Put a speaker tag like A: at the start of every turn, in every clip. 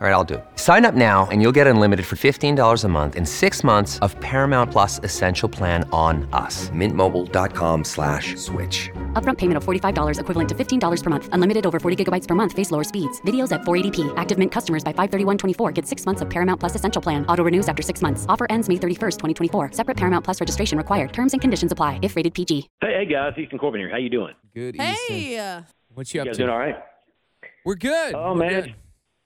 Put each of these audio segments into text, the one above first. A: All right, I'll do it. Sign up now and you'll get unlimited for $15 a month in six months of Paramount Plus Essential Plan on us. Mintmobile.com slash switch.
B: Upfront payment of $45 equivalent to $15 per month. Unlimited over 40 gigabytes per month. Face lower speeds. Videos at 480p. Active Mint customers by 531.24 get six months of Paramount Plus Essential Plan. Auto renews after six months. Offer ends May 31st, 2024. Separate Paramount Plus registration required. Terms and conditions apply if rated PG.
C: Hey, hey guys, Easton Corbin here. How you doing?
D: Good Easton.
E: Hey, uh,
D: What you
C: You
D: up
C: guys
D: to?
C: doing all right?
D: We're good.
C: Oh
D: We're
C: man,
D: good.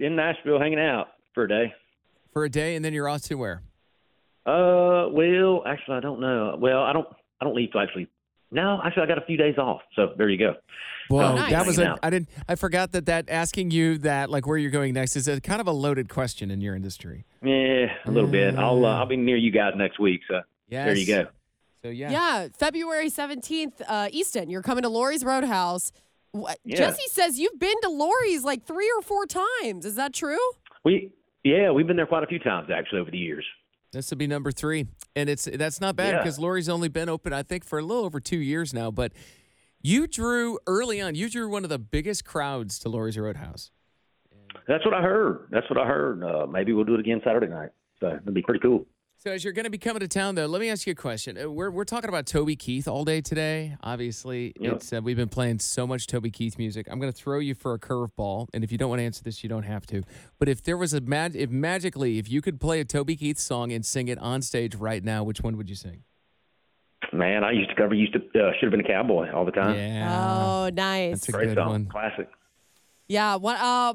C: in Nashville hanging out for a day.
D: For a day and then you're off to where?
C: Uh, well, actually, I don't know. Well, I don't. I don't leave till actually. No, actually, I got a few days off, so there you go.
D: Whoa,
E: nice.
D: that was
C: Oh, Hanging
D: a,
C: out.
D: I didn't I forgot that that asking you that like where you're going next is a kind of a loaded question in your industry.
C: Yeah, a little bit. I'll uh, I'll be near you guys next week, so there you
D: Yes.
C: go.
D: So
E: yeah.
D: yeah.
E: February 17th, uh, Easton, you're coming to Lori's Roadhouse. What,
C: Yeah.
E: Jesse says you've been to Lori's like three or four times. Is that true?
C: We yeah, we've been there quite a few times actually over the years.
D: This will be number 3. And it's that's not bad
C: Yeah.
D: cuz Lori's only been open I think for a little over 2 years now, but you drew early on, you drew one of the biggest crowds to Lori's Roadhouse.
C: That's what I heard. That's what I heard. Uh, maybe we'll do it again Saturday night. So it'll be pretty cool.
D: So as you're going to be coming to town, though, let me ask you a question. Uh, We're we're talking about Toby Keith all day today. Obviously,
C: Yep.
D: it's uh, we've been playing so much Toby Keith music. I'm going to throw you for a curveball, and if you don't want to answer this, you don't have to. But if there was a mag- if magically, if you could play a Toby Keith song and sing it on stage right now, which one would you sing?
C: Man, I used to cover. Used to uh, should have been a cowboy all the time.
D: Yeah,
E: oh, nice.
D: that's a
C: Great
D: good
C: song,
D: one.
C: classic.
E: yeah. One, uh,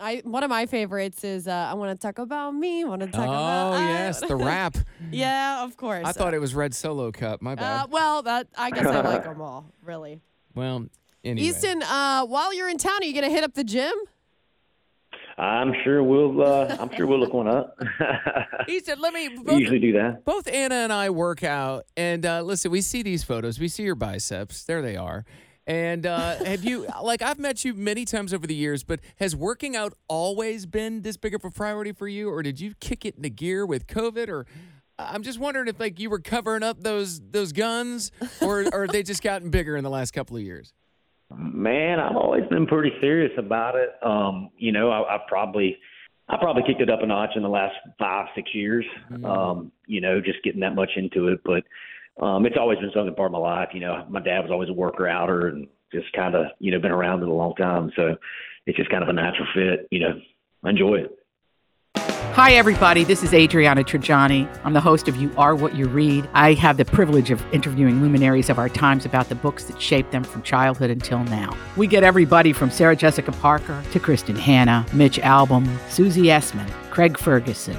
E: I, one of my favorites is uh, I want to talk about me. Want to talk about
D: oh
E: I."
D: yes, the rap.
E: yeah, of course.
D: I thought it was Red Solo Cup. My bad.
E: Uh, well, that I guess I like them all, really.
D: well, anyway.
E: Easton, uh, while you're in town, are you going to hit up the gym?
C: I'm sure we'll. Uh, I'm sure we'll look one up.
D: Easton, let me.
C: we usually do that.
D: both Anna and I work out, and uh, listen, we see these photos. We see your biceps. There they are. And uh, have you, like, I've met you many times over the years, but has working out always been this big of a priority for you, or did you kick it into gear with COVID? Or I'm just wondering if, like, you were covering up those those guns, or or they just gotten bigger in the last couple of years.
C: Man, I've always been pretty serious about it. Um, you know, I, I probably, I probably kicked it up a notch in the last five, six years. Um, you know, just getting that much into it, but um, it's always been something part of my life. You know, my dad was always a worker outer, and just kind of, you know, been around it a long time. So it's just kind of a natural fit. You know, I enjoy it.
F: Hi, everybody. This is Adriana Trajani. I'm the host of You Are What You Read. I have the privilege of interviewing luminaries of our times about the books that shaped them from childhood until now. We get everybody from Sarah Jessica Parker to Kristen Hanna, Mitch Albom, Susie Essman, Craig Ferguson,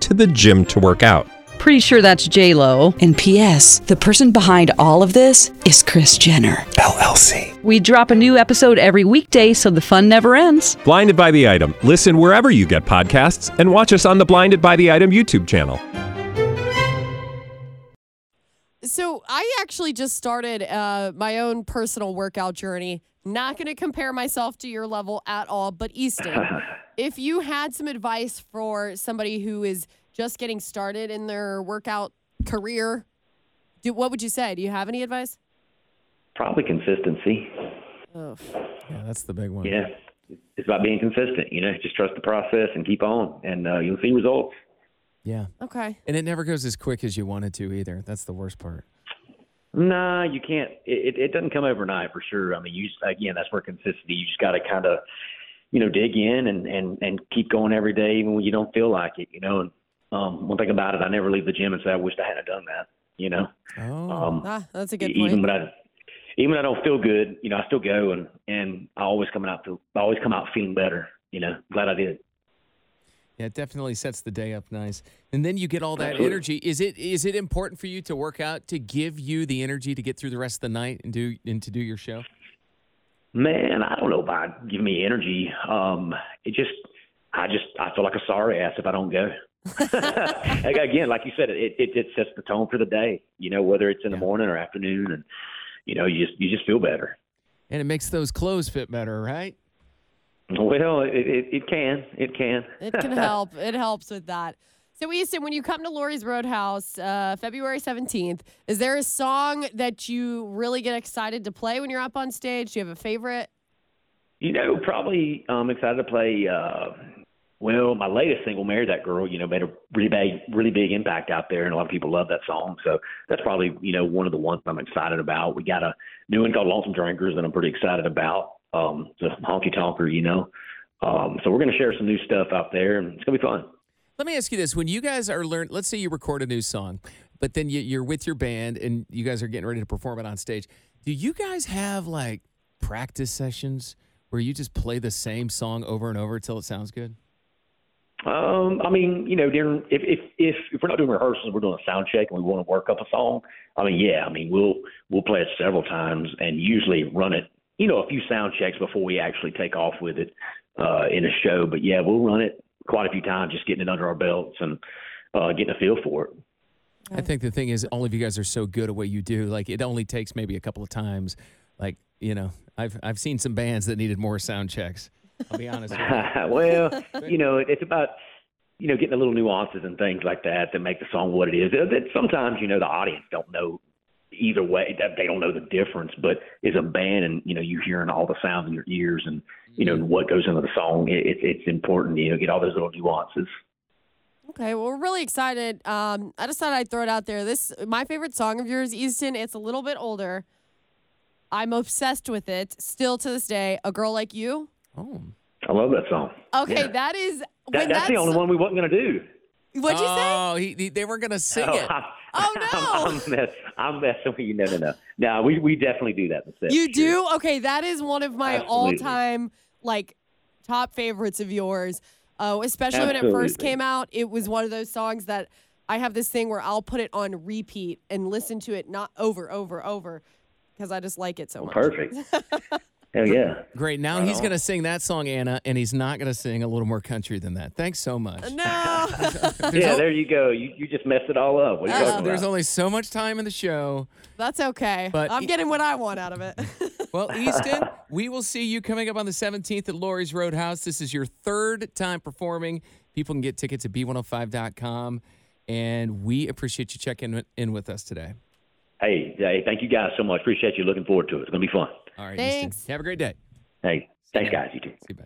G: to the gym to work out.
H: Pretty sure that's J Lo. And P.S. The person behind all of this is Chris Jenner.
G: LLC.
H: We drop a new episode every weekday, so the fun never ends.
G: Blinded by the item. Listen wherever you get podcasts, and watch us on the Blinded by the Item YouTube channel.
E: So I actually just started uh, my own personal workout journey. Not going to compare myself to your level at all, but Easton, if you had some advice for somebody who is just getting started in their workout career, do, what would you say? Do you have any advice?
C: Probably consistency.
E: Oh,
D: Yeah, that's the big one.
C: Yeah, it's about being consistent. You know, just trust the process and keep on, and uh, you'll see results.
D: yeah.
E: okay.
D: And it never goes as quick as you want it to either. That's the worst part.
C: Nah, you can't. It, it, it doesn't come overnight for sure. I mean, you just, again, that's where consistency. You just got to kind of, you know, dig in and and and keep going every day, even when you don't feel like it. You know, and um, one thing about it, I never leave the gym and say I wish I hadn't done that. You know,
D: Oh.
C: um,
E: Ah, that's a good
C: e- even
E: point.
C: when I even when I don't feel good, you know, I still go and and I always come out feel I always come out feeling better. You know, glad I did.
D: Yeah, it definitely sets the day up nice. And then you get all that
C: Absolutely.
D: energy. Is it is it important for you to work out to give you the energy to get through the rest of the night and do and to do your show?
C: Man, I don't know about giving me energy. Um, it just, I just, I feel like a sorry ass if I don't go. Like, Again, like you said, it, it it sets the tone for the day. You know, whether it's in the
D: Yeah.
C: morning or afternoon, and you know, you just you just feel better.
D: And it makes those clothes fit better, right?
C: Well, it it, it can, it can.
E: It can help. It helps with that. So, Easton, when you come to Lori's Roadhouse, uh, February 17th, is there a song that you really get excited to play when you're up on stage? Do you have a favorite?
C: You know, probably um excited to play uh well, my latest single, Marry That Girl, you know, made a really big really big impact out there and a lot of people love that song. So that's probably, you know, one of the ones I'm excited about. We got a new one called Lonesome Drinkers that I'm pretty excited about. Um it's a honky tonker, you know. Um so we're gonna share some new stuff out there and it's gonna be fun.
D: Let me ask you this: When you guys are learn, let's say you record a new song, but then you, you're with your band and you guys are getting ready to perform it on stage. Do you guys have like practice sessions where you just play the same song over and over till it sounds good?
C: Um, I mean, you know, during if if if, if we're not doing rehearsals, we're doing a sound check, and we want to work up a song. I mean, yeah, I mean, we'll we'll play it several times and usually run it, you know, a few sound checks before we actually take off with it uh, in a show. But yeah, we'll run it quite a few times, just getting it under our belts and uh, getting a feel for it.
D: I think the thing is, all of you guys are so good at what you do. Like, it only takes maybe a couple of times. Like, you know, I've I've seen some bands that needed more sound checks. I'll be honest. with you.
C: well, you know, it, it's about you know getting the little nuances and things like that that make the song what it is. Uh, That sometimes you know the audience don't know either way that they don't know the difference. But as a band, and you know you hearing all the sounds in your ears and you know
E: Mm-hmm.
C: what goes into the song, it, it, it's important. You know, get all those little nuances.
E: Okay, well, we're really excited. Um, I just thought I'd throw it out there. This my favorite song of yours, Easton. It's a little bit older. I'm obsessed with it still to this day. A girl like you.
D: Oh,
C: I love that song.
E: Okay,
C: Yeah.
E: that is
C: That,
E: when
C: that's, the only one we wasn't gonna do.
E: What'd you say?
D: Oh, he, he- they weren't gonna sing
C: Oh,
D: it.
C: I,
E: Oh, no.
C: I'm, I'm, mess, I'm messing with you. No, no, no. No, we we definitely do that. instead,
E: You
C: for sure.
E: do? Okay, that is one of my
C: Absolutely.
E: all-time like top favorites of yours. Oh, especially when it first
C: Absolutely.
E: came out, it was one of those songs that I have this thing where I'll put it on repeat and listen to it not over, over, over because I just like it so much.
C: Perfect. Hell yeah.
D: Great. Now
C: Oh.
D: he's gonna sing that song, Anna, and he's not gonna sing a little more country than that. Thanks so much.
E: No.
C: yeah, there you go. You, you just messed it all up. What are you
D: There's-
C: talking
D: There's
C: about?
D: only so much time in the show.
E: That's okay.
D: But
E: I'm
D: e-
E: getting what I want out of it.
D: Well, Easton, we will see you coming up on the 17th at Laurie's Roadhouse. This is your third time performing. People can get tickets at b105.com. And we appreciate you checking in with us today.
C: hey, hey, thank you guys so much. Appreciate you. Looking forward to it. It's gonna be fun.
D: All right,
E: Thanks.
D: Easton. Have a great day.
C: Hey, thanks,
D: Yeah.
C: guys. You too.
D: See you. Bye.